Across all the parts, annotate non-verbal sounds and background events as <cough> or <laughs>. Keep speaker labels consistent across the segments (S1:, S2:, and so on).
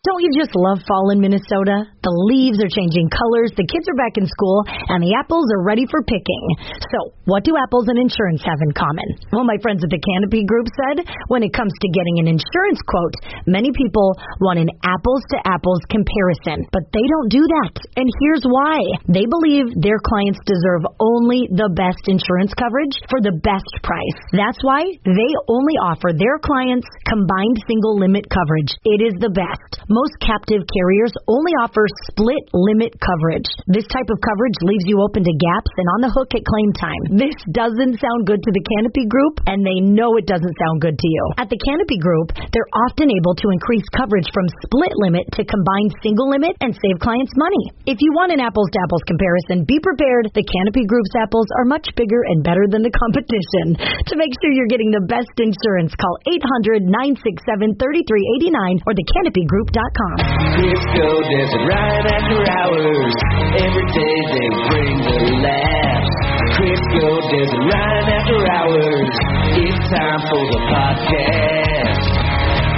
S1: Don't you just love fall in Minnesota? The leaves are changing colors, the kids are back in school, and the apples are ready for picking. So, what do apples and insurance have in common? Well, my friends at the Canopy Group said when it comes to getting an insurance quote, many people want an apples to apples comparison, but they don't do that. And here's why they believe their clients deserve only the best insurance coverage for the best price. That's why they only offer their clients combined single limit coverage. It is the best most captive carriers only offer split limit coverage. This type of coverage leaves you open to gaps and on the hook at claim time. This doesn't sound good to the Canopy Group, and they know it doesn't sound good to you. At the Canopy Group, they're often able to increase coverage from split limit to combined single limit and save clients money. If you want an apples to apples comparison, be prepared. The Canopy Group's apples are much bigger and better than the competition. <laughs> To make sure you're getting the best insurance, call 800 967 3389 or the Canopy Group
S2: Crisco does it right after hours. Every day they bring the laughs. Crisco does it right after hours. It's time for the podcast.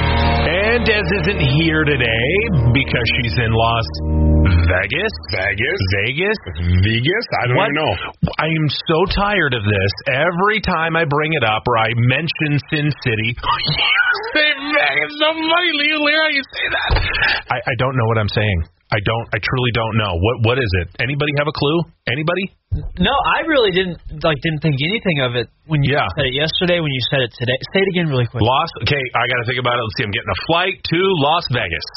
S3: And Des isn't here today because she's in Las Vegas.
S4: Vegas?
S3: Vegas?
S4: Vegas? I don't
S3: What?
S4: even know.
S3: I am so tired of this. Every time I bring it up or I mention Sin City, <gasps>
S4: Say Vegas, so funny, Leo Lear, you say that.
S3: I, I don't know what I'm saying. I don't. I truly don't know. What What is it? Anybody have a clue? Anybody?
S5: No, I really didn't like didn't think anything of it when you
S3: Yeah.
S5: said it yesterday. When you said it today, say it again really quick.
S3: Las. Okay, I got to think about it. Let's see. I'm getting a flight to Las Vegas.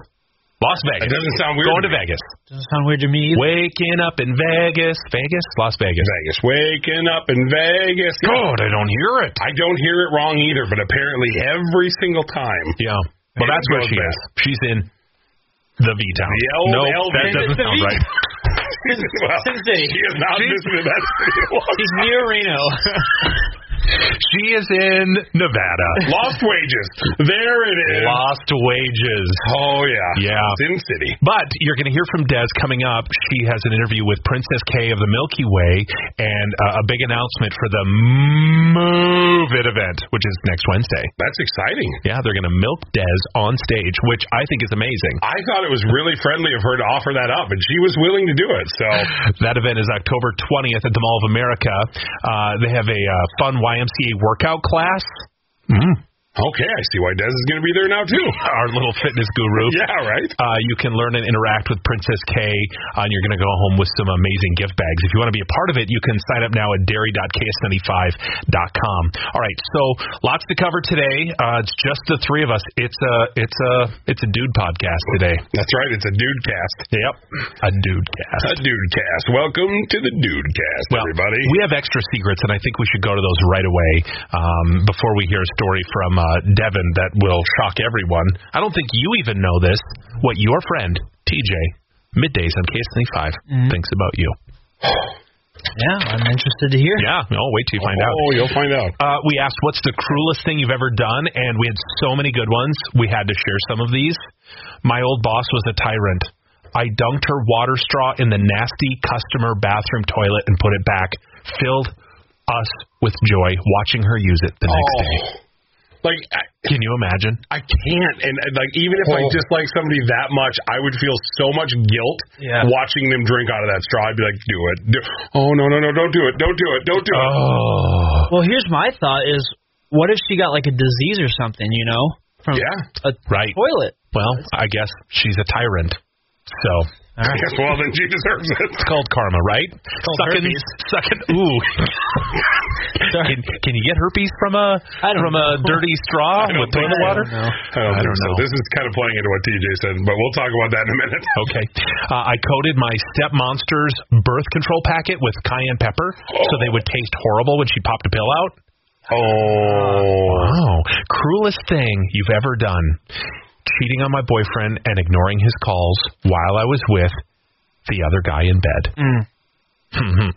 S3: Las Vegas.
S4: doesn't sound weird
S3: Going
S4: to
S3: to
S4: me.
S3: Vegas.
S5: Doesn't sound weird to me. Either.
S3: Waking up in Vegas. Vegas. Las Vegas.
S4: Vegas, waking up in Vegas.
S3: God, I don't hear it.
S4: I don't hear it wrong either, but apparently every single time.
S3: Yeah. Well, that's where
S4: goes
S3: she
S4: back.
S3: is. She's in the V town.
S4: The old
S3: no,
S4: LV.
S3: that
S4: It's <laughs>
S3: doesn't
S5: the
S3: sound
S5: V-
S3: right.
S4: well,
S5: Sin City.
S4: She is not visited that city. in a long
S5: He's
S4: time.
S5: near Reno.
S3: <laughs> She is in Nevada.
S4: Lost wages. There it is.
S3: Lost wages.
S4: Oh yeah.
S3: Yeah.
S4: Sin City.
S3: But you're going to hear from Des coming up. She has an interview with Princess K of the Milky Way and uh, a big announcement for the Move It event, which is next Wednesday.
S4: That's exciting.
S3: Yeah, they're going to milk Des on stage, which I think is amazing.
S4: I thought it was really friendly of her to offer that up, and she was willing to do it. So
S3: <laughs> That event is October 20th at the Mall of America. Uh, they have a uh, fun YMCA workout class.
S4: okay, I see why Des is going to be there now too.
S3: Mm-hmm. <laughs> Our little fitness guru. <laughs>
S4: Yeah, right.
S3: Uh, you can learn and interact with Princess K, uh, and you're going to go home with some amazing gift bags. If you want to be a part of it, you can sign up now at dairy.ks75.com. All right, so lots to cover today. Uh, it's just the three of us. It's a it's a it's a dude podcast today.
S4: That's right. It's a dude cast.
S3: Yep, a dude cast.
S4: A dude cast. Welcome to the dude cast, everybody.
S3: We have extra secrets, and I think we should go to those right away um, before we hear a story from uh, Devin that will shock everyone. I don't think you even know this, what your friend, TJ, middays on KS25, E thinks about you.
S5: yeah, I'm interested to hear.
S3: Yeah, oh, wait till you find out.
S4: oh, you'll find out.
S3: Uh, we asked, what's the cruelest thing you've ever done? And we had so many good ones, we had to share some of these. My old boss was a tyrant. I dunked her water straw in the nasty customer bathroom toilet and put it back. Filled us with joy watching her use it the next day.
S4: Oh. Like I,
S3: Can you imagine?
S4: I can't, and uh, like even if I
S5: Oh.
S4: dislike somebody that much, I would feel so much guilt
S5: Yeah.
S4: watching them drink out of that straw. I'd be like, do it. Do- oh no, no, no, don't do it. Don't do it. Don't do it.
S3: Oh,
S5: Well, here's my thought: is what if she got like a disease or something? You know, from
S4: Yeah. <laughs>
S5: a
S3: right.
S5: toilet.
S3: Well, I guess she's a tyrant. So
S4: well, then she deserves
S3: <laughs>
S4: it.
S3: it's called karma, right?
S5: called
S3: Sucking,
S5: herpes.
S3: sucking.
S5: <laughs>
S3: Ooh,
S5: Sorry.
S3: can, can you get herpes from a
S5: I don't
S3: from a
S5: know.
S3: dirty straw with
S4: think
S3: toilet
S4: so.
S3: water?
S5: I don't know.
S4: I don't,
S3: I
S4: think
S3: don't
S4: so.
S3: know.
S4: This is kind of playing into what TJ said, but we'll talk about that in a minute.
S3: Okay. Uh, I coated my Step Monster's birth control packet with cayenne pepper so they would taste horrible when she popped a pill out.
S4: Oh,
S3: Wow. Cruelest thing you've ever done. cheating on my boyfriend and ignoring his calls while I was with the other guy in bed. Hmm.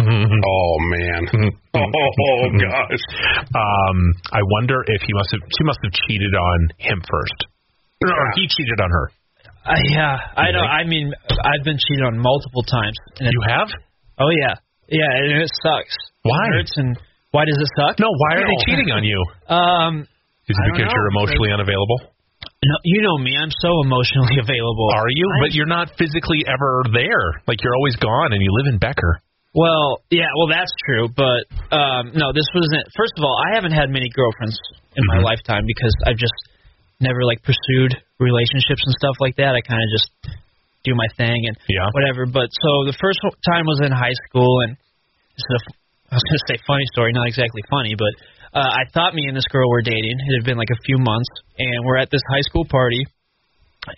S4: Oh
S3: <laughs>
S4: man. Oh gosh.
S3: Um, I wonder if he must have she must have cheated on him first. No, he cheated on her.
S5: Uh, yeah, I know. I mean, I've been cheated on multiple times. And it,
S3: You have?
S5: oh yeah, yeah, and it sucks.
S3: Why?
S5: It hurts and why does it suck?
S3: No, why are they
S5: No.
S3: cheating
S5: <laughs>
S3: on you?
S5: Um,
S3: Is it
S5: I don't
S3: because
S5: know.
S3: you're emotionally unavailable?
S5: no, you know me. I'm so emotionally <laughs> available.
S3: Are you? But you're not physically ever there. Like you're always gone and you live in Becker.
S5: Well, yeah, well that's true, but um no, this wasn't. First of all, I haven't had many girlfriends in my lifetime because I've just never like pursued relationships and stuff like that. I kind of just do my thing and
S3: Yeah.
S5: whatever. But so the first one- time was in high school, and this is a f- I was gonna say funny story, not exactly funny, but uh, I thought me and this girl were dating. It had been like a few months, and we're at this high school party,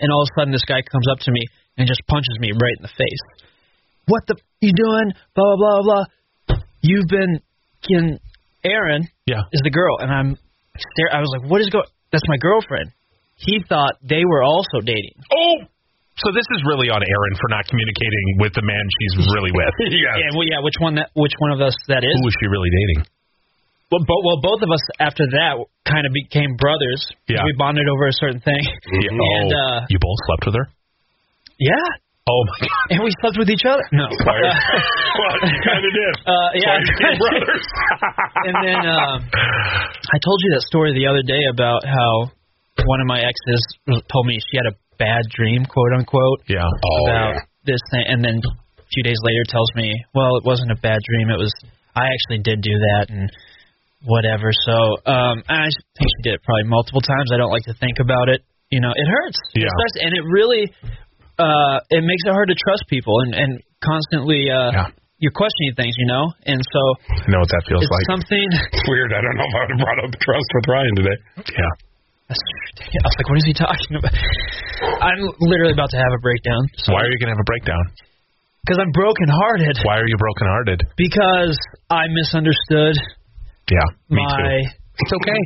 S5: and all of a sudden this guy comes up to me and just punches me right in the face. What the you doing? Blah blah blah blah. You've been getting Aaron
S3: Yeah.
S5: is the girl, and I'm stare. I was like, what is going? That's my girlfriend. He thought they were also dating.
S3: Oh. So this is really on Erin for not communicating with the man she's really
S5: <laughs>
S3: with.
S4: Yes.
S5: Yeah, well, yeah. Which one? That which one of us that is?
S3: Who is she really dating?
S5: Well, bo- well, both of us after that kind of became brothers.
S3: Yeah.
S5: We bonded over a certain thing.
S3: Yeah. Oh,
S5: And, uh,
S3: you both slept with her?
S5: Yeah.
S3: Oh my
S5: <laughs>
S3: god.
S5: And we slept with each other. No.
S4: Sorry. well, you kind of did.
S5: Uh, yeah.
S4: Sorry, brothers.
S5: <laughs> and then um, I told you that story the other day about how one of my exes told me she had a bad dream, quote unquote,
S3: Yeah.
S4: Oh
S5: about
S4: yeah.
S5: this thing, and then a few days later tells me, well, it wasn't a bad dream. It was I actually did do that and whatever. So um, and I think she did it probably multiple times. I don't like to think about it. You know, it hurts.
S3: Yeah.
S5: Especially- and it really uh, it makes it hard to trust people and and constantly uh,
S3: Yeah.
S5: you're questioning things. You know, and so
S3: I know what that feels
S5: it's
S3: like.
S5: something. <laughs>
S4: It's weird. I don't know if I would have brought up trust with Ryan today.
S3: yeah.
S5: I was like, what is he talking about? I'm literally about to have a breakdown.
S3: Why are you gonna have a breakdown?
S5: Because I'm brokenhearted.
S3: Why are you brokenhearted?
S5: Because I misunderstood
S3: Yeah. Me
S5: my.
S3: too. It's okay.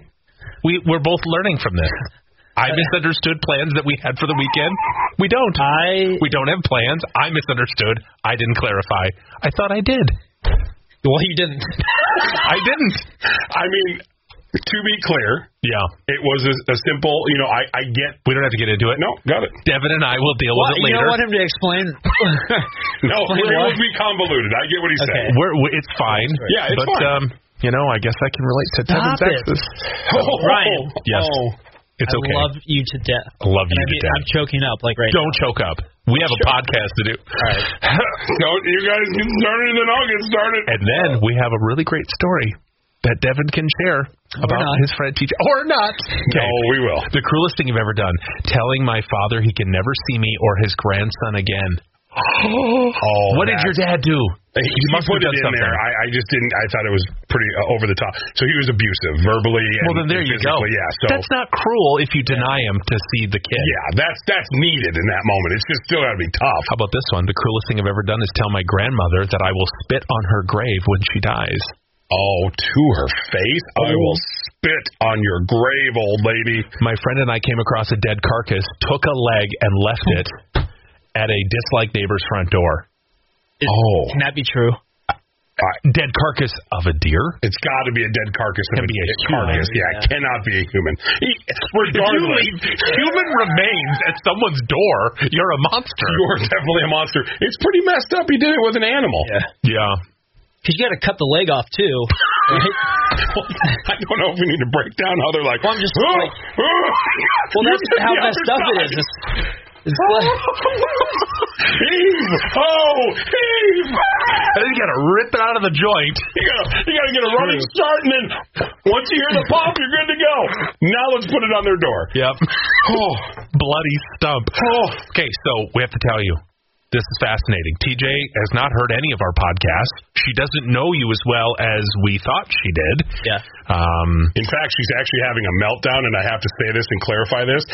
S3: We we're both learning from this.
S4: <laughs>
S3: I misunderstood plans that we had for the weekend. We don't.
S5: I
S3: We don't have plans. I misunderstood. I didn't clarify. I thought I did.
S5: well, you didn't.
S3: I didn't.
S4: <laughs> I mean, to be clear,
S3: Yeah.
S4: it was a, a simple. You know, I I get.
S3: We don't have to get into it.
S4: No, got it.
S3: Devin and I will deal
S5: Well,
S3: with it
S5: you
S3: later.
S5: don't want him to
S3: <laughs>
S5: explain.
S4: <laughs> No, it
S5: Explain why.
S4: would be convoluted. I get what he said.
S5: Okay.
S3: We're, we it's fine.
S4: Yeah, it's
S3: but,
S4: fine.
S3: Um, you know, I guess I can relate to
S5: Stop
S3: Devin's
S5: it.
S3: exes.
S4: <laughs> <laughs> Oh,
S5: Ryan.
S3: Yes.
S4: oh.
S3: It's
S5: I
S3: okay.
S5: love you to death.
S3: I love you
S5: And
S3: to
S5: I mean,
S3: death.
S5: I'm choking up like right
S3: Don't choke up. We have a podcast to do.
S4: No, you guys can start it, and I'll get started.
S3: And then we have a really great story that Devin can share about
S5: not.
S3: his friend teacher. Or not.
S4: No, we will.
S3: The cruelest thing you've ever done. Telling my father he can never see me or his grandson again.
S4: <gasps> Oh,
S3: what did your dad do?
S4: He, he
S3: must have
S4: put it
S3: done
S4: in
S3: something.
S4: there. I, I just didn't. I thought it was pretty uh, over the top. So he was abusive verbally. And
S3: well, then there you go.
S4: physically, Yeah. So
S3: That's not cruel if you deny him to see the kid.
S4: yeah, that's that's needed in that moment. It's just still got to be tough.
S3: How about this one? The cruelest thing I've ever done is tell my grandmother that I will spit on her grave when she dies.
S4: Oh, to her face! I will spit on your grave, old lady.
S3: My friend and I came across a dead carcass, took a leg, and left it at a disliked neighbor's front door.
S5: now.
S4: Oh,
S5: Can that be true?
S3: Dead carcass of a deer?
S4: it's got to be a dead carcass. Can
S3: be a
S5: human.
S4: carcass. Yeah, it cannot be a human. He- Regardless,
S3: human remains at someone's door, you're a monster.
S4: you are definitely a monster. It's pretty messed up. He did it with an animal.
S3: <laughs> Yeah.
S5: Because you got to cut the leg off too. Right?
S4: <laughs> I don't know if we need to break down how they're like. "Oh,
S5: Well, I'm just like-
S3: <laughs>
S5: well,
S4: well,
S5: that's how messed up it is. It's, it's like,
S4: <laughs> Heave! Oh, heave!
S3: And then you gotta rip it out of the joint.
S4: You gotta, you gotta get a running start, and then once you hear the pop, you're good to go. Now let's put it on
S3: <laughs>
S4: their door.
S3: Yep.
S4: Oh,
S3: Bloody stump.
S4: oh.
S3: Okay, so we have to tell you. This is fascinating. TJ has not heard any of our podcasts. She doesn't know you as well as we thought she did.
S5: Yeah.
S3: Um,
S4: In fact, she's actually having a meltdown, and I have to say this and clarify this.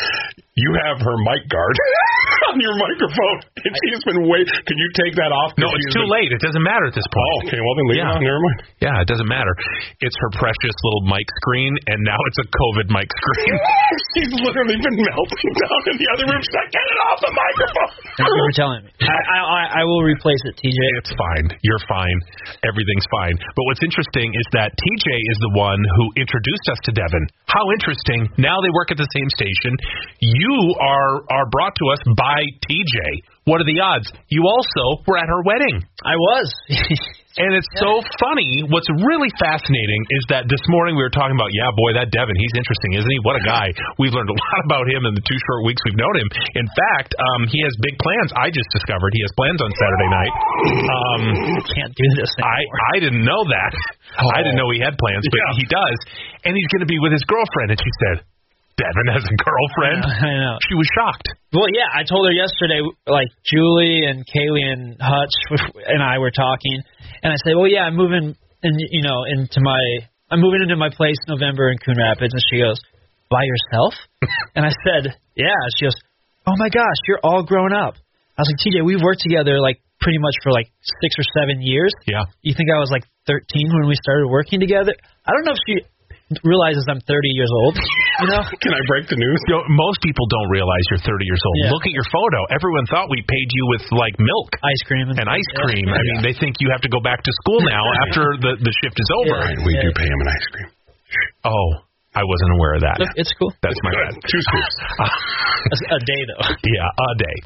S4: You have her mic guard <laughs> on your microphone, and she has been wait. Can you take that off?
S3: no,
S4: She
S3: it's
S4: has
S3: too
S4: been-
S3: late. It doesn't matter at this point.
S4: Oh, okay. Well, then leave
S3: Yeah.
S4: it on. Never mind. <laughs>
S3: Yeah, it doesn't matter. It's her precious little mic screen, and now it's a COVID mic <laughs> screen.
S4: She's literally been melting down in the other room. She's like, get it off the microphone.
S5: Thank you for telling me. I, I I- I will replace it, TJ.
S3: it's fine. You're fine. Everything's fine. But what's interesting is that TJ is the one who introduced us to Devin. How interesting. Now they work at the same station. You are are brought to us by TJ. What are the odds? You also were at her wedding.
S5: I was. <laughs>
S3: And it's so funny. What's really fascinating is that this morning we were talking about, yeah, boy, that Devin, he's interesting, isn't he? What a guy. We've learned a lot about him in the two short weeks we've known him. In fact, um, he has big plans. I just discovered he has plans on Saturday night. Um,
S5: Can't do this.
S3: I,
S5: Anymore.
S3: I didn't know that. I didn't know he had plans, but
S4: Yeah.
S3: he does. And he's going to be with his girlfriend. And she said, Devin has a girlfriend?
S5: I know.
S3: She was shocked.
S5: Well, yeah, I told her yesterday, like Julie and Kaylee and Hutch <laughs> and I were talking, and I said, "Well, yeah, I'm moving, and you know, into my, I'm moving into my place in November in Coon Rapids," and she goes,
S3: <laughs>
S5: "By yourself?" and I said, "Yeah." She goes, "Oh my gosh, you're all grown up." I was like, "TJ, we've worked together like pretty much for like six or seven years."
S3: Yeah.
S5: You think I was like 13 when we started working together? I don't know if she realizes I'm 30 years old. You
S3: <laughs>
S5: know?
S4: Can I break the news?
S3: You know, most people don't realize you're 30 years old.
S5: Yeah.
S3: Look at your photo. Everyone thought we paid you with like milk.
S5: Ice cream and,
S3: and ice cream. I mean, they think you have to go back to school now after the the shift is over.
S4: Right, we do pay him an ice cream.
S3: Oh, I wasn't aware of that.
S5: Look, it's cool.
S3: That's my
S4: Good.
S3: bad.
S4: Two scoops.
S5: That's a day though.
S3: Yeah, a day.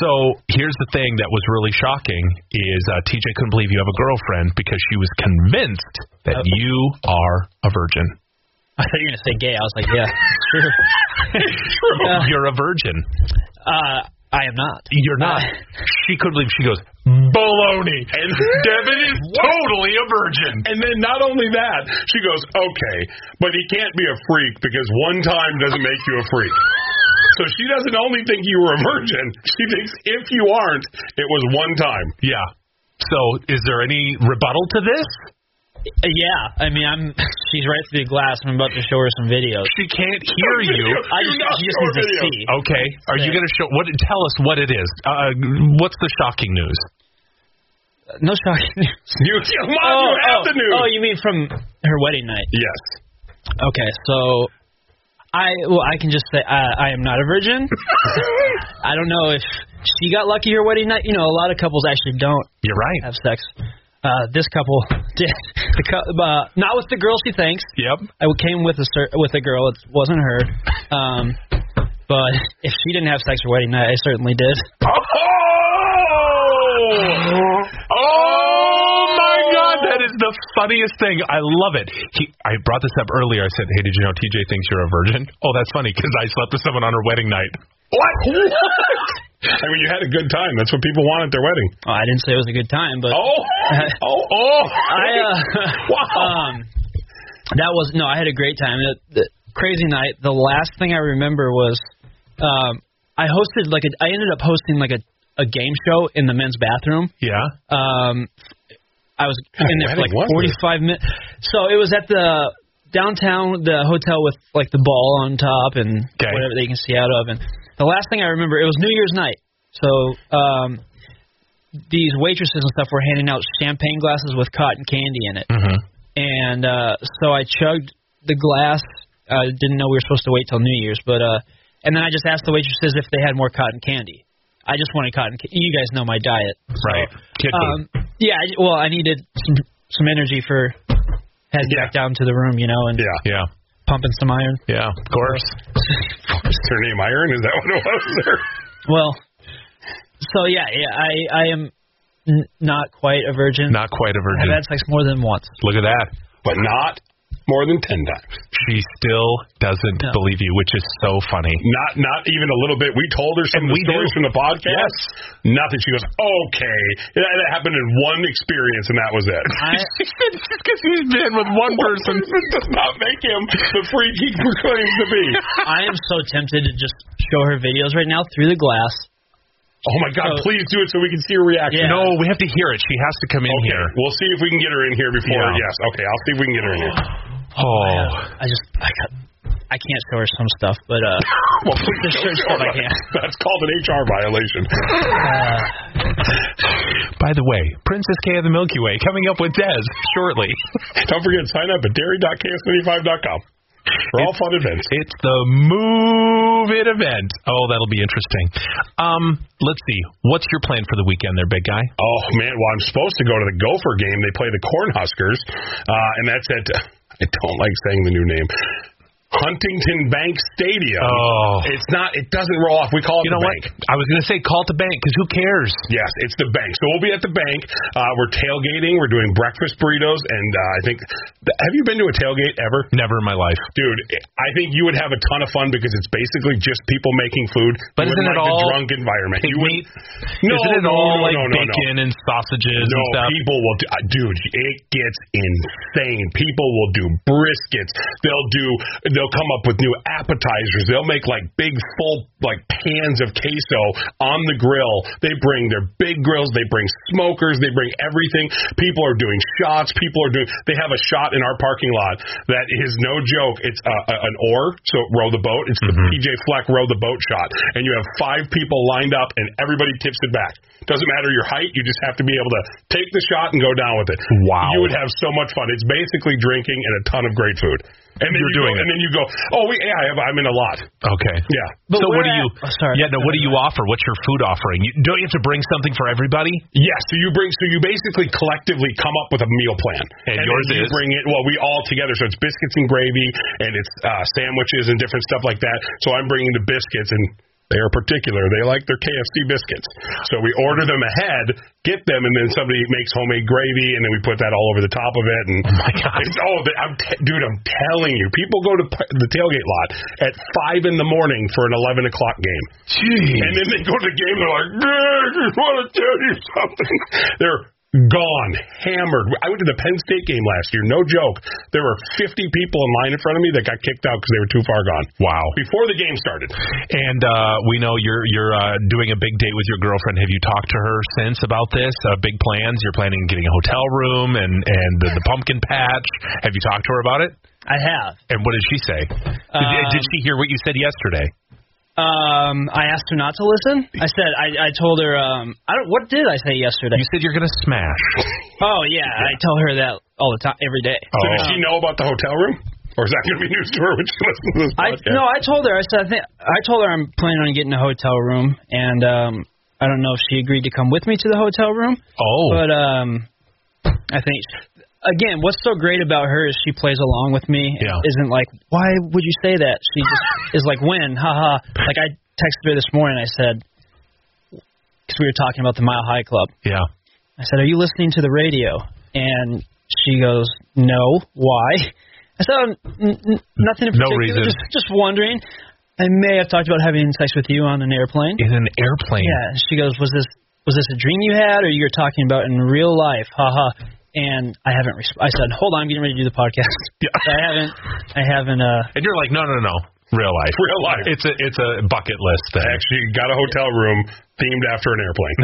S3: So here's the thing that was really shocking is uh, TJ couldn't believe you have a girlfriend because she was convinced that
S5: Oh.
S3: you are a
S4: <laughs>
S3: virgin.
S5: <laughs> I thought you were gonna say gay. I was like, yeah, sure. Yeah.
S3: You're a virgin.
S5: <laughs> Uh, I am not.
S3: You're not. she couldn't believe. She goes <laughs> baloney.
S4: And
S3: <laughs> Devin is totally a virgin.
S4: And then not only that, she goes, okay, but he can't be a freak because one time doesn't make you a freak. So she doesn't only think you were a virgin, she thinks if you aren't, it was one time.
S3: Yeah. So is there any rebuttal to this?
S5: Uh, Yeah, I mean, I'm. She's right through the glass. I'm about to show her some videos.
S3: She can't hear
S4: <laughs>
S3: you.
S5: I just,
S4: not
S5: she just
S4: show
S5: needs to
S4: videos.
S5: see.
S3: Okay. Are you
S5: Yeah.
S3: going to show what? Tell us what it is. Uh, what's the shocking news?
S5: No shocking news.
S4: You, <laughs> Mom, you
S5: <laughs>
S4: have
S5: oh,
S4: the news.
S5: oh, you mean from her wedding night?
S4: yes.
S5: Okay, so I well, I can just say uh, I, I am not a <laughs> virgin. I don't know if she got lucky her wedding night. You know, a lot of couples actually don't
S3: You're right.
S5: have sex. Uh, this couple <laughs> did. The cou- uh, not with the girl she thinks.
S3: Yep.
S5: I came with a cer- with a girl. It wasn't her. Um, but if she didn't have sex her wedding night, I certainly did.
S3: <gasps> Oh! Oh my God! That is the funniest thing. I love it. He, I brought this up earlier. I said, "Hey, did you know TJ thinks you're a virgin?" Oh, that's funny because I slept with someone on her wedding night.
S4: What? I mean, you had a good time. That's what people want at their wedding.
S5: Oh, I didn't say it was a good time, but <laughs>
S4: Oh, oh, oh.
S5: I uh, <laughs>
S4: Wow.
S5: um, that was no. I had a great time. It, the crazy night. The last thing I remember was um, I hosted like a, I ended up hosting like a a game show in the men's bathroom.
S3: Yeah.
S5: Um, I was in there for like
S4: wedding was
S5: 45 minutes. So it was at the downtown, the hotel with like the ball on top and
S3: Okay.
S5: whatever they can see out of. And the last thing I remember, it was New Year's night. So um, these waitresses and stuff were handing out champagne glasses with cotton candy in it.
S3: Mhm.
S5: And uh, so I chugged the glass. I didn't know we were supposed to wait till New Year's, but uh, and then I just asked the waitresses if they had more cotton candy. I just wanted cotton. Ca- you guys know my diet, so-
S3: Right. Kid food.
S5: um, yeah, I- well, I needed some, some energy for heading back down to the room, you know, and
S4: Yeah.
S3: yeah.
S5: pumping some iron.
S3: Yeah. Of course.
S4: Is her name Iron? Is that what it was?
S5: Well, so yeah, yeah, I I am n- not quite a virgin.
S3: Not quite a
S5: I've
S3: virgin.
S5: had sex more than once.
S3: Look at that.
S4: but not more than 10 times.
S3: She still doesn't
S5: No.
S3: believe you, which is so funny.
S4: Not not even a little bit. We told her
S3: And
S4: some of
S3: we
S4: the stories
S3: do.
S4: from the podcast.
S3: Yes.
S4: Nothing. She goes, okay. That, that happened in one experience, and that was <laughs> it.
S5: I
S3: because he's been with one person.
S4: It does not make him the freak he claims to be.
S5: I am so tempted to just show her videos right now through the glass
S4: <laughs> Oh my God!
S5: So-
S4: please do it so we can see her reaction.
S5: Yeah.
S3: No, we have to hear it. She has to come in
S4: Okay.
S3: here.
S4: We'll see if we can get her in here before.
S3: Yeah.
S4: Yes. Okay. I'll see if we can get her in here.
S3: Oh,
S5: I just I got I can't show her some stuff, but
S4: <laughs>
S5: uh,
S4: Well, please
S5: There's
S4: don't
S5: certain
S4: do
S5: stuff I
S4: that.
S5: can't.
S4: <laughs> That's called an HR violation.
S3: by the way, Princess K of the Milky Way coming up with Dez shortly.
S4: <laughs> Don't forget, sign up at dairy.ks95.com for all fun events.
S3: It's the Move It event. Oh, that'll be interesting. Um, let's see. What's your plan for the weekend, there, big guy?
S4: Oh man, well I'm supposed to go to the Gopher game. They play the Cornhuskers, uh, and that's at I don't like saying the new name, Huntington Bank Stadium.
S3: Oh.
S4: It's not. It doesn't roll off. We call
S3: You
S4: it
S3: know
S4: the
S3: what?
S4: bank.
S3: I was going to say call it the bank because who cares?
S4: Yes, it's the bank. So we'll be at the bank. Uh, we're tailgating. We're doing breakfast burritos, and uh, I think. Have you been to a tailgate ever?
S3: Never in my life.
S4: Dude, I think you would have a ton of fun because it's basically just people making food.
S3: But
S4: You
S3: isn't
S4: wouldn't
S3: it
S4: like the
S3: all
S4: drunk environment?
S3: Pig
S4: You would-
S3: meat?
S4: No,
S3: Isn't it
S4: no,
S3: all
S4: no,
S3: Oh, like
S4: no, no, no.
S3: bacon and sausages
S4: No,
S3: and stuff?
S4: people will do, uh, dude. It gets insane. People will do briskets. They'll do. They'll come up with new appetizers. They'll make like big full like pans of queso on the grill. They bring their big grills. They bring smokers. They bring everything. People are doing shots. People are doing. They have a shot in our parking lot that is no joke. It's uh, a, an oar, so row the boat. It's
S3: Mm-hmm.
S4: the PJ Fleck row the boat shot, and you have five people lined up, and everybody tips it back. Doesn't matter your height. You just have to be able to take the shot and go down with it.
S3: Wow.
S4: You would have so much fun. It's basically drinking and a ton of great food. And then
S3: You're
S4: you go-
S3: doing it.
S4: and then you go, oh, we, yeah, I have, I'm in a lot.
S3: Okay.
S4: Yeah.
S3: so
S5: we're
S3: what do
S5: at-
S3: you?
S5: Oh, sorry.
S3: Yeah, no. What do you offer? What's your food offering? You, don't you have to bring something for everybody?
S4: Yeah, so you bring, so you basically collectively come up with a meal plan,
S3: And
S4: then
S3: yours
S4: you
S3: is?
S4: bring it. Well, we all together, so it's biscuits and gravy, and it's uh, sandwiches and different stuff like that. So I'm bringing the biscuits, and they are particular. They like their KFC biscuits, so we order them ahead, get them, and then somebody makes homemade gravy, and then we put that all over the top of it. And oh
S3: my God.
S4: oh, the- I'm t- dude, I'm telling you, people go to p- the tailgate lot at five in the morning for an eleven o'clock game.
S3: Jeez.
S4: And then they go to the game, they're like, "Yeah, I just want to tell you something. <laughs> They're gone, hammered. I went to the Penn State game last year, no joke. There were 50 people in line in front of me that got kicked out because they were too far gone.
S3: Wow.
S4: Before the game started.
S3: And uh, we know you're you're uh, doing a big date with your girlfriend. Have you talked to her since about this? Uh, big plans? You're planning on getting a hotel room and and the, the pumpkin patch. Have you talked to her about it?
S5: I have.
S3: And what did she say? Did, did
S5: Um,
S3: she hear what you said yesterday?
S5: Um, I asked her not to listen. I said I, I told her um I don't what did I say yesterday?
S3: You said you're gonna smash.
S5: Oh yeah, I tell her that all the time every day.
S4: So does
S3: Oh.
S4: she know about the hotel room? Or is that going to be news to her when she listens to this
S5: I
S4: podcast?
S5: no, I told her I said I think I told her I'm planning on getting a hotel room and um I don't know if she agreed to come with me to the hotel room,
S3: Oh,
S5: but um I think again, what's so great about her is she plays along with me and
S3: Yeah.
S5: isn't like, "Why would you say that?" She just is like, "When?" Haha. Like I texted her this morning I said cuz we were talking about the Mile High Club.
S3: yeah.
S5: I said, "Are you listening to the radio?" And she goes, "No. Why?" I said, "Um, n- n- "Nothing in
S3: No
S5: particular.
S3: reason.
S5: Just, just wondering. I may have talked about having sex with you on an airplane."
S3: In an airplane.
S5: Yeah. And she goes, "Was this was this a dream you had, or you were talking about in real life?" Haha. And I haven't. Resp- I said, "Hold on, I'm getting ready to do the podcast." <laughs> I haven't. I haven't. Uh.
S3: And you're like, no, no, no. Real life.
S4: Real life.
S3: It's a it's a bucket list thing.
S4: Actually, got a hotel room themed after an <laughs> airplane.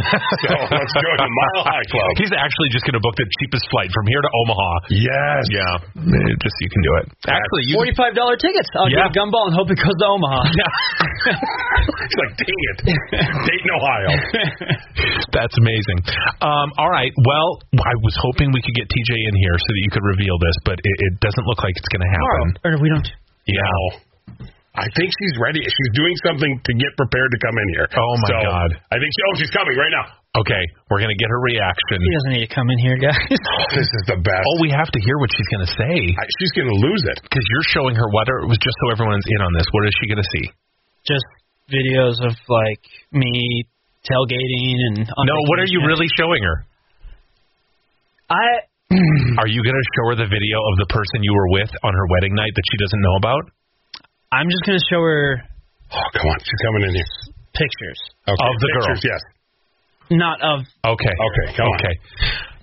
S4: so let's go to Mile High <laughs> Club.
S3: He's actually just going to book the cheapest flight from here to Omaha.
S4: Yes.
S3: Yeah, Eh, just you can <laughs> do it. Actually, you
S5: <laughs> Forty-five dollar tickets. I'll
S3: Yeah.
S5: get a gumball and hope it goes to Omaha.
S4: It's like, dang it. Dayton, Ohio.
S3: <laughs> that's amazing. Um, all right, well, I was hoping we could get TJ in here so that you could reveal this, but it, it doesn't look like it's going to happen.
S5: Or we don't.
S3: Yeah.
S4: I think she's ready. She's doing something to get prepared to come in here.
S3: Oh, my
S4: So,
S3: God.
S4: I think she. Oh, she's coming right now.
S3: Okay, we're going to get her reaction.
S5: He doesn't need to come in here, guys.
S4: This is the best.
S3: Oh, we have to hear what she's going to say
S4: I, she's gonna lose it.
S3: because you're showing her what. Or, just so everyone's in on this. What is she going to see?
S5: just videos of like me tailgating and
S3: No, what are you really showing her?
S5: I
S3: Are you going to show her the video of the person you were with on her wedding night that she doesn't know about?
S5: I'm just gonna show her
S4: Oh, come on. She's coming in here.
S5: pictures,
S4: Okay.
S3: Of the girl.
S4: Pictures, Yes.
S5: not of
S3: Okay.
S4: Okay, come on.
S3: okay.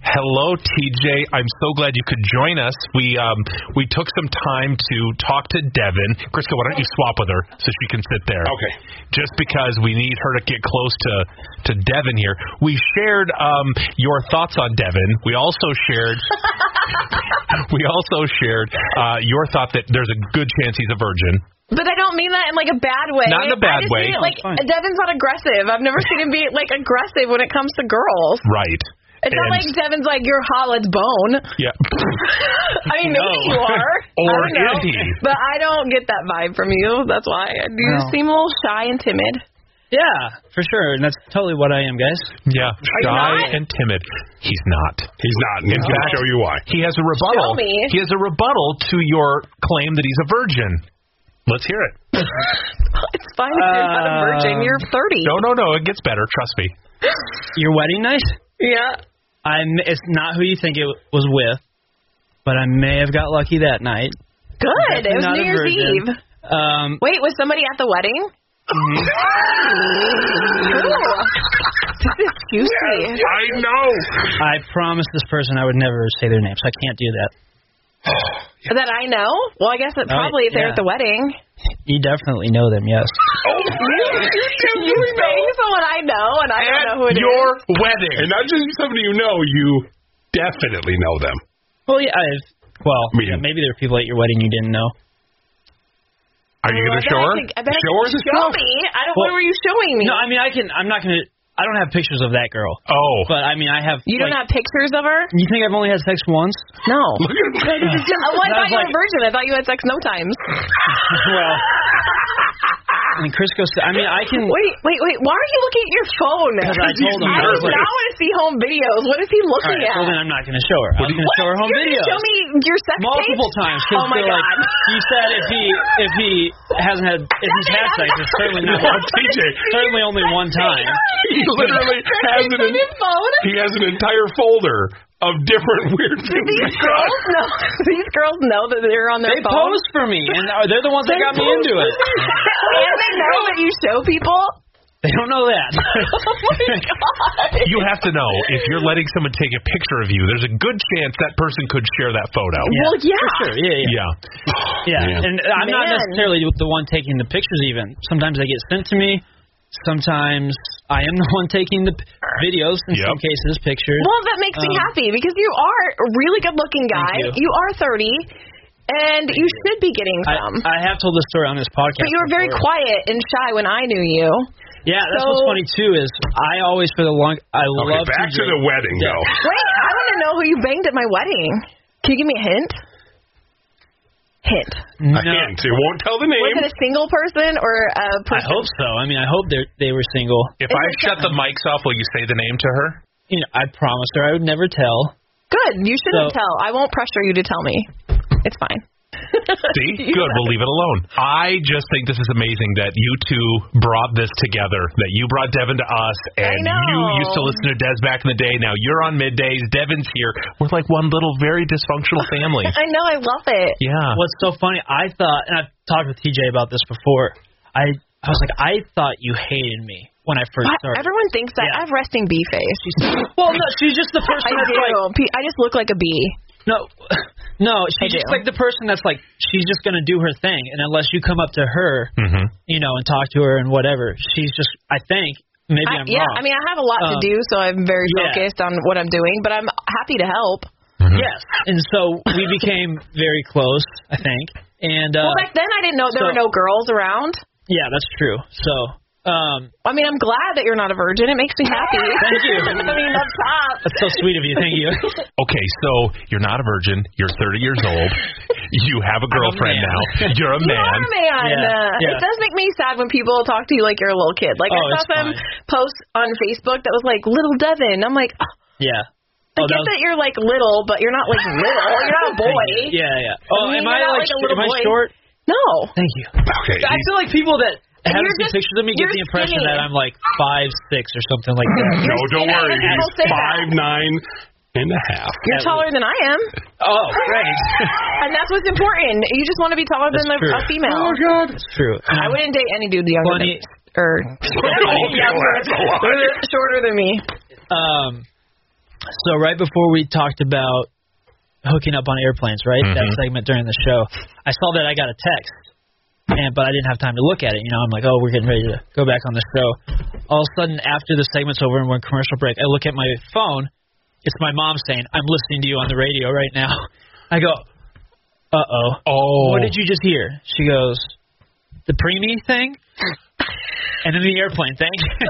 S3: Hello, TJ. I'm so glad you could join us. We um, we took some time to talk to Devin. Crisco, why don't you swap with her so she can sit there?
S4: Okay.
S3: Just because we need her to get close to to Devin here. We shared um, your thoughts on Devin. We also
S4: <laughs>
S3: shared we also shared uh, your thought that there's a good chance he's a virgin.
S6: But I don't mean that in like a bad way.
S3: Not in a
S6: I
S3: bad
S6: just
S3: way. No,
S6: Mean, like
S5: it's fine.
S6: Devin's not aggressive. I've never seen him be like aggressive when it comes to girls.
S3: Right.
S6: It's not
S3: And-
S6: like Devin's like you're hot, let's bone.
S3: yeah.
S6: I mean, maybe
S3: No. <laughs>
S6: you are.
S3: Or
S6: I don't know.
S3: is he?
S6: But I don't get that vibe from you. That's why you
S5: No.
S6: seem a little shy and timid.
S5: Yeah, for sure, and that's totally what I am, guys.
S3: Yeah,
S6: you
S3: shy
S6: not?
S3: and timid. He's not.
S4: He's not. And he's gonna
S3: fact-
S4: show you why.
S3: He has a rebuttal.
S6: Show me.
S3: He has a rebuttal to your claim that he's a virgin. Let's hear it.
S6: It's fine if you're not a virgin.
S5: Um,
S6: You're 30.
S3: No, no, no. It gets better. Trust me.
S5: Your wedding night?
S6: Yeah.
S5: I'm. It's not who you think it was with, but I may have got lucky that night.
S6: Good. It was
S5: Not
S6: New
S5: a
S6: Year's
S5: virgin.
S6: Eve.
S5: Um,
S6: Wait, was somebody at the wedding?
S3: Mm-hmm.
S6: <laughs> Ooh. This is juicy.
S4: I know.
S5: I promised this person I would never say their names. I can't do that.
S6: That I know? Well, I guess that
S5: Oh,
S6: probably if they're
S5: yeah.
S6: at the wedding. <laughs>
S5: You definitely know them, yes.
S4: Oh, you
S6: You
S4: definitely know.
S6: saying someone I know and I don't know who it is.
S4: your wedding. And not just somebody you know, you definitely know them.
S5: Well, yeah. I, well,
S4: Me.
S5: yeah, maybe there were people at your wedding you didn't know.
S3: Are you going
S6: Well, I
S3: to
S6: bet
S3: show
S6: I
S3: her?
S6: could- I bet I
S3: show
S6: could
S3: her the
S6: Show
S3: stuff?
S6: me. I don't.
S5: Well-
S6: what were you showing me?
S5: No, I mean I can. I'm not gonna. I don't have pictures of that girl,
S3: Oh,
S5: but I mean I have.
S6: you don't
S5: like,
S6: have pictures of her?
S5: You think I've only had sex once?
S6: <laughs> No.
S4: Look at that.
S5: <laughs> That
S6: Oh, I thought
S5: was
S6: you were
S5: like-
S6: a virgin. I thought you had sex no times. <laughs>
S5: well, and Crisco. said- I mean I can.
S6: Wait, wait, wait. Why are you looking at your phone?
S5: Because I told him.
S6: <laughs> I
S5: I was
S6: do
S5: like-
S6: not want to see home videos. What is he
S5: All
S6: looking
S5: right, well then
S6: at?
S5: I'm not gonna show her. I'm
S3: do you-
S5: gonna show her home
S6: You're
S5: videos.
S6: gonna show me your sex
S5: multiple
S6: tape?
S5: times. 'cause
S6: Oh my
S5: they're
S6: god.
S5: like, he said if he if
S6: <laughs>
S5: he hasn't had if he's had sex, it's certainly not
S4: No,
S5: one,
S4: TJ.
S5: certainly only one time.
S4: He literally has
S6: Is
S4: an
S6: it his <laughs> phone?
S4: he has an entire folder of
S6: <laughs>
S4: different weird things.
S5: <laughs>
S6: These
S4: he's done.
S6: girls know. These girls know that they're on their
S5: They
S6: phone.
S5: posed for me, and are- they're the ones that got me into it.
S6: <laughs> and they know that you show
S5: <laughs>
S6: people.
S5: They don't know that. <laughs>
S6: Oh my god.
S3: you have to know if you're letting someone take a picture of you. There's a good chance that person could share that photo.
S6: Well, yeah.
S5: for sure. Yeah, yeah,
S3: Yeah.
S5: yeah.
S4: Yeah.
S5: And uh, I'm not
S6: Man.
S5: necessarily the one taking the pictures. Even sometimes they get sent to me. Sometimes I am the <laughs> one taking the p- videos. In some
S3: Yep.
S5: cases, pictures.
S6: Well, that makes me
S5: Um,
S6: happy because you are a really good-looking guy.
S5: Thank
S6: You. are 30, and you should be getting
S5: I,
S6: some.
S5: I have told this story on this podcast.
S6: but you were very
S5: before.
S6: quiet and shy when I knew you.
S5: Yeah, that's
S6: So-
S5: what's funny too is I always for the long I
S4: Okay,
S5: love
S4: back
S5: TJ.
S4: to the wedding
S5: Yeah.
S4: though.
S6: Wait, I want to know who you banged at my wedding. Can you give me a hint? Hint.
S5: no,
S4: I can't. It won't tell the
S6: Was
S4: name.
S6: it a single person or a
S5: I
S6: person?
S5: hope so. I mean, I hope they they were single.
S3: If I shut the mics off, will you say the name to her?
S5: You know, I promised her I would never tell.
S6: Good. You shouldn't
S5: So-
S6: tell. I won't pressure you to tell me. It's fine.
S3: See, good. We'll leave it alone. I just think this is amazing that you two brought this together. That you brought Devin to us, and
S6: know.
S3: you used to listen to Des back in the day. Now you're on middays. Devin's here. We're like one little very dysfunctional family.
S6: I know. I love it.
S3: yeah.
S5: What's so funny? I thought, and I've talked with TJ about this before. I I was like, I thought you hated me when I first
S6: What?
S5: started.
S6: Everyone thinks that.
S5: Yeah.
S6: I have resting bee face.
S5: well, no, she's just the person
S6: <laughs> I
S5: that's
S6: do.
S5: like,
S6: Pe- I just look like a bee.
S5: no, <laughs> no,
S6: I
S5: she's just
S6: do.
S5: like the person that's like, she's just gonna do her thing, and unless you come up to her,
S3: Mm-hmm.
S5: you know, and talk to her and whatever, she's just. I think maybe
S6: I,
S5: am
S6: yeah,
S5: wrong.
S6: I mean, I have a lot to
S5: Um,
S6: do, so I'm very
S5: yeah.
S6: focused on what I'm doing, but I'm happy to help.
S5: Yes. And so we became very close, I think. And uh
S6: well, back then I didn't know there
S5: so-
S6: were no girls around.
S5: yeah, that's true. So um
S6: I mean, I'm glad that you're not a virgin. It makes me happy.
S5: <laughs> Thank you.
S6: <laughs> I mean, that's top.
S5: that's so sweet of you, thank
S6: <laughs>
S5: you.
S3: Okay, so you're not a virgin. You're 30 years old. You have a girlfriend
S5: man.
S3: now. You're a
S6: You
S3: man.
S6: are a man.
S5: Yeah,
S6: Uh, It
S5: yeah.
S6: does make me sad when people talk to you like you're a little kid. Like
S5: Oh,
S6: I saw
S5: it's
S6: some
S5: fine.
S6: post on Facebook that was like little Devin. I'm like, oh,
S5: Yeah.
S6: I
S5: Oh,
S6: get
S5: was-
S6: that you're like little, but you're not like little. Oh, You're not a boy.
S5: <laughs> Thank you. Yeah, yeah. Oh, am
S6: mean,
S5: I
S6: you're not
S5: like,
S6: like a little
S5: am I
S6: boy.
S5: short?
S6: No.
S5: Thank you.
S4: Okay.
S5: I feel like people that have
S6: you're
S5: these
S6: just-
S5: pictures of me get
S6: you're
S5: the impression
S6: skinny.
S5: that I'm like five six or something like
S6: <laughs>
S5: that.
S4: No, don't
S6: Yeah,
S4: worry.
S6: I
S4: He's
S6: don't say that.
S4: five nine and a half.
S5: That
S6: You're taller than I am,
S5: Oh, great.
S6: and that's what's important. You just want to be taller than
S5: That's true.
S6: a, a female.
S5: god. It's true. Mm-hmm.
S6: I wouldn't date any dude younger
S5: Funny. <laughs> Oh,
S6: than or <laughs>
S4: Okay, well, that's a lot.
S6: shorter than me.
S5: Um So right before we talked about hooking up on airplanes, right? That
S3: Mhm.
S5: segment during the show, I saw that I got a text, and but I didn't have time to look at it. You know, I'm like, oh, we're getting ready to go back on the show. All of a sudden, after the segment's over and we're in commercial break, I look at my phone. It's my mom saying, "I'm listening to you on the radio right now." I go, "Uh oh,
S3: <laughs> Oh,
S5: what did you just hear?" She goes, "The preemie thing." And then the airplane thing. <laughs>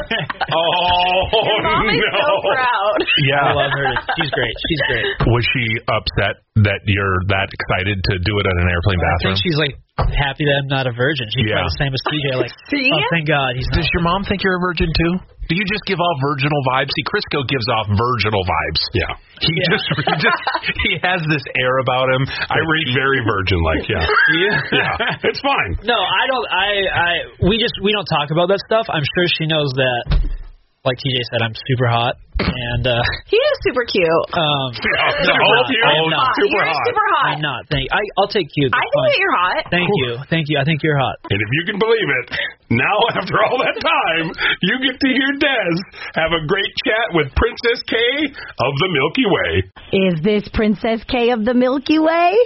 S3: Oh,
S6: Your mom is
S3: no.
S6: so proud.
S5: I
S3: Yeah.
S5: love her. She's great. She's great.
S3: Was she upset that you're that excited to do it on an airplane
S5: I
S3: bathroom?
S5: think she's like happy that I'm not a virgin. She's
S3: Yeah.
S5: probably the same as TJ. Like,
S6: <laughs> See?
S5: oh, thank God he's not.
S3: Does your mom think you're a virgin too? Do you just give off virginal vibes? See, Crisco gives off virginal vibes.
S4: Yeah.
S3: He just, <laughs> he just, he has this air about him.
S4: I read very virgin like,
S3: <laughs>
S4: <laughs> yeah.
S5: Yeah.
S4: It's fine.
S5: no, I don't. I, I, we just we don't talk about that stuff. I'm sure she knows that. Like TJ said, I'm super hot, and uh,
S6: He is super cute.
S5: um,
S4: Oh,
S5: No,
S4: I
S5: I'm not.
S4: hope you-
S5: I'm not.
S4: super
S6: you're
S4: hot.
S6: super hot.
S5: I'm not. Thank. Oh, I, I'll take you.
S6: I think that you're hot.
S5: Thank you. Thank you. I think you're hot.
S4: And if you can believe it, now <laughs> after all that time, you get to hear Dez have a great chat with Princess K of the Milky Way.
S1: Is this Princess K of the Milky Way?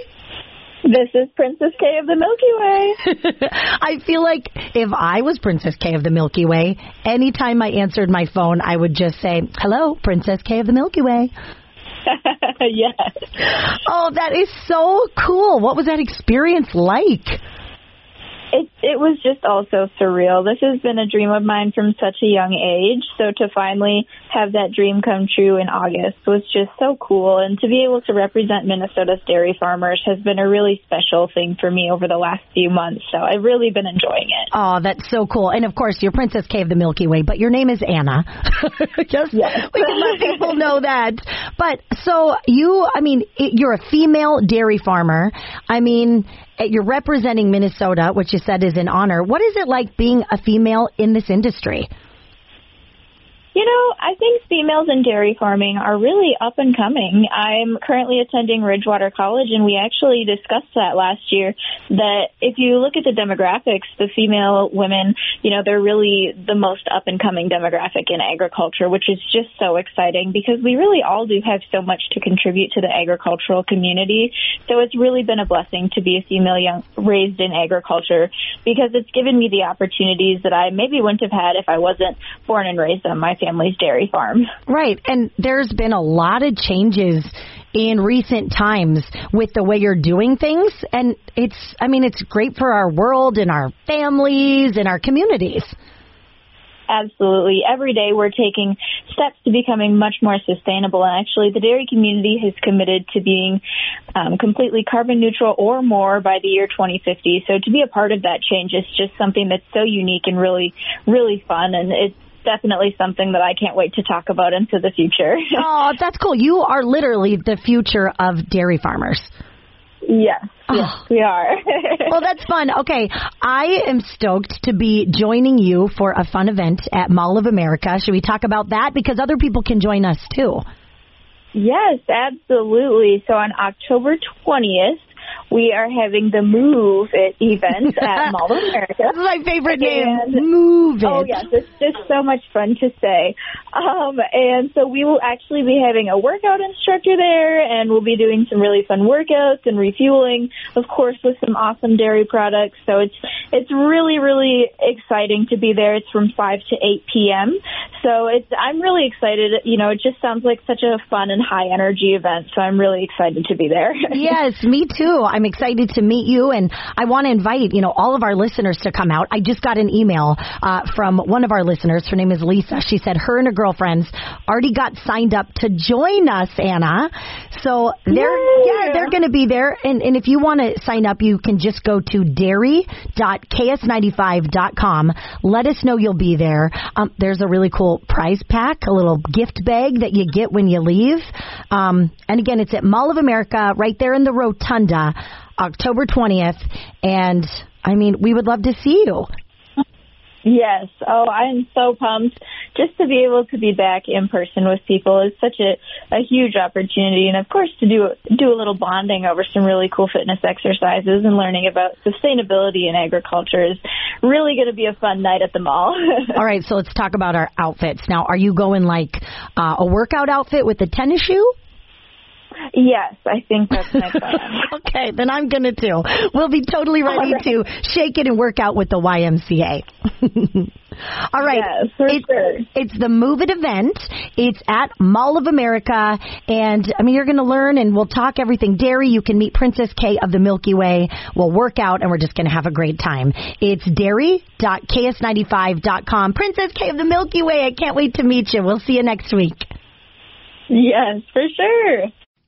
S7: This is Princess K of the Milky Way.
S1: <laughs> I feel like if I was Princess K of the Milky Way, anytime I answered my phone, I would just say, Hello, Princess K of the Milky Way.
S7: <laughs> yes.
S1: Oh, that is so cool. What was that experience like?
S7: It it was just also surreal. This has been a dream of mine from such a young age, so to finally have that dream come true in August was just so cool and to be able to represent Minnesota's dairy farmers has been a really special thing for me over the last few months. So I've really been enjoying it.
S1: Oh, that's so cool. And of course, you're Princess K of the Milky Way, but your name is Anna. <laughs> Just we can let people know that. But so you, I mean, it, you're a female dairy farmer. I mean, eh, you're representing Minnesota, which you said is an honor. What is it like being a female in this industry?
S7: You know, I think females in dairy farming are really up and coming. I'm currently attending Ridgewater College, and we actually discussed that last year. That if you look at the demographics, the female women, you know, they're really the most up and coming demographic in agriculture, which is just so exciting because we really all do have so much to contribute to the agricultural community. So it's really been a blessing to be a female young, raised in agriculture because it's given me the opportunities that I maybe wouldn't have had if I wasn't born and raised on my family's dairy farm.
S1: Right. And there's been a lot of changes in recent times with the way you're doing things. And it's, I mean, it's great for our world and our families and our communities.
S7: Absolutely. Every day we're taking steps to becoming much more sustainable. And actually, the dairy community has committed to being um, completely carbon neutral or more by the year 2050. So to be a part of that change is just something that's so unique and really, really fun. And it's definitely something that I can't wait to talk about into the future. <laughs>
S1: Oh, that's cool. You are literally the future of dairy farmers. Oh,
S7: yes. Yes, we are. <laughs>
S1: Well, that's fun. Okay. I am stoked to be joining you for a fun event at Mall of America. Should we talk about that? Because other people can join us too.
S7: Yes, absolutely. So on October 20th, we are having the Move It event at Mall of
S1: <laughs> That's
S7: America.
S1: my favorite name.
S7: And-
S1: Move it.
S7: Oh yes, it's just so much fun to say. Um, and so we will actually be having a workout instructor there, and we'll be doing some really fun workouts and refueling, of course, with some awesome dairy products. So it's it's really really exciting to be there. It's from five to eight p.m. So it's I'm really excited. You know, it just sounds like such a fun and high energy event. So I'm really excited to be there.
S1: yes, me too. I'm excited to meet you, and I want to invite you know all of our listeners to come out. I just got an email uh, from one of our listeners. Her name is Lisa. She said her and her girlfriends already got signed up to join us, Anna. So they're yeah they're going to be there, and and if you want to sign up, you can just go to dairy.ks95.com. Let us know you'll be there. Um, there's a really cool prize pack, a little gift bag that you get when you leave. Um, and again, it's at Mall of America, right there in the rotunda, October 20th. And I mean, we would love to see you.
S7: Yes. Oh, I'm so pumped just to be able to be back in person with people is such a, a huge opportunity, and of course to do do a little bonding over some really cool fitness exercises and learning about sustainability in agriculture is really going to be a fun night at the mall. <laughs>
S1: All right, so let's talk about our outfits. Now, are you going like uh, a workout outfit with a tennis shoe?
S7: yes, I think that's my plan.
S1: <laughs> okay, then I'm gonna too. We'll be totally ready
S7: right.
S1: to shake it and work out with the YMCA. <laughs> All right.
S7: Yes, for
S1: It-
S7: sure.
S1: It's the Move It event. It's at Mall of America. And, I mean, you're going to learn and we'll talk everything dairy. You can meet Princess K of the Milky Way. We'll work out and we're just going to have a great time. It's dairy.ks95.com. Princess K of the Milky Way. I can't wait to meet you. We'll see you next week.
S7: Yes, for sure.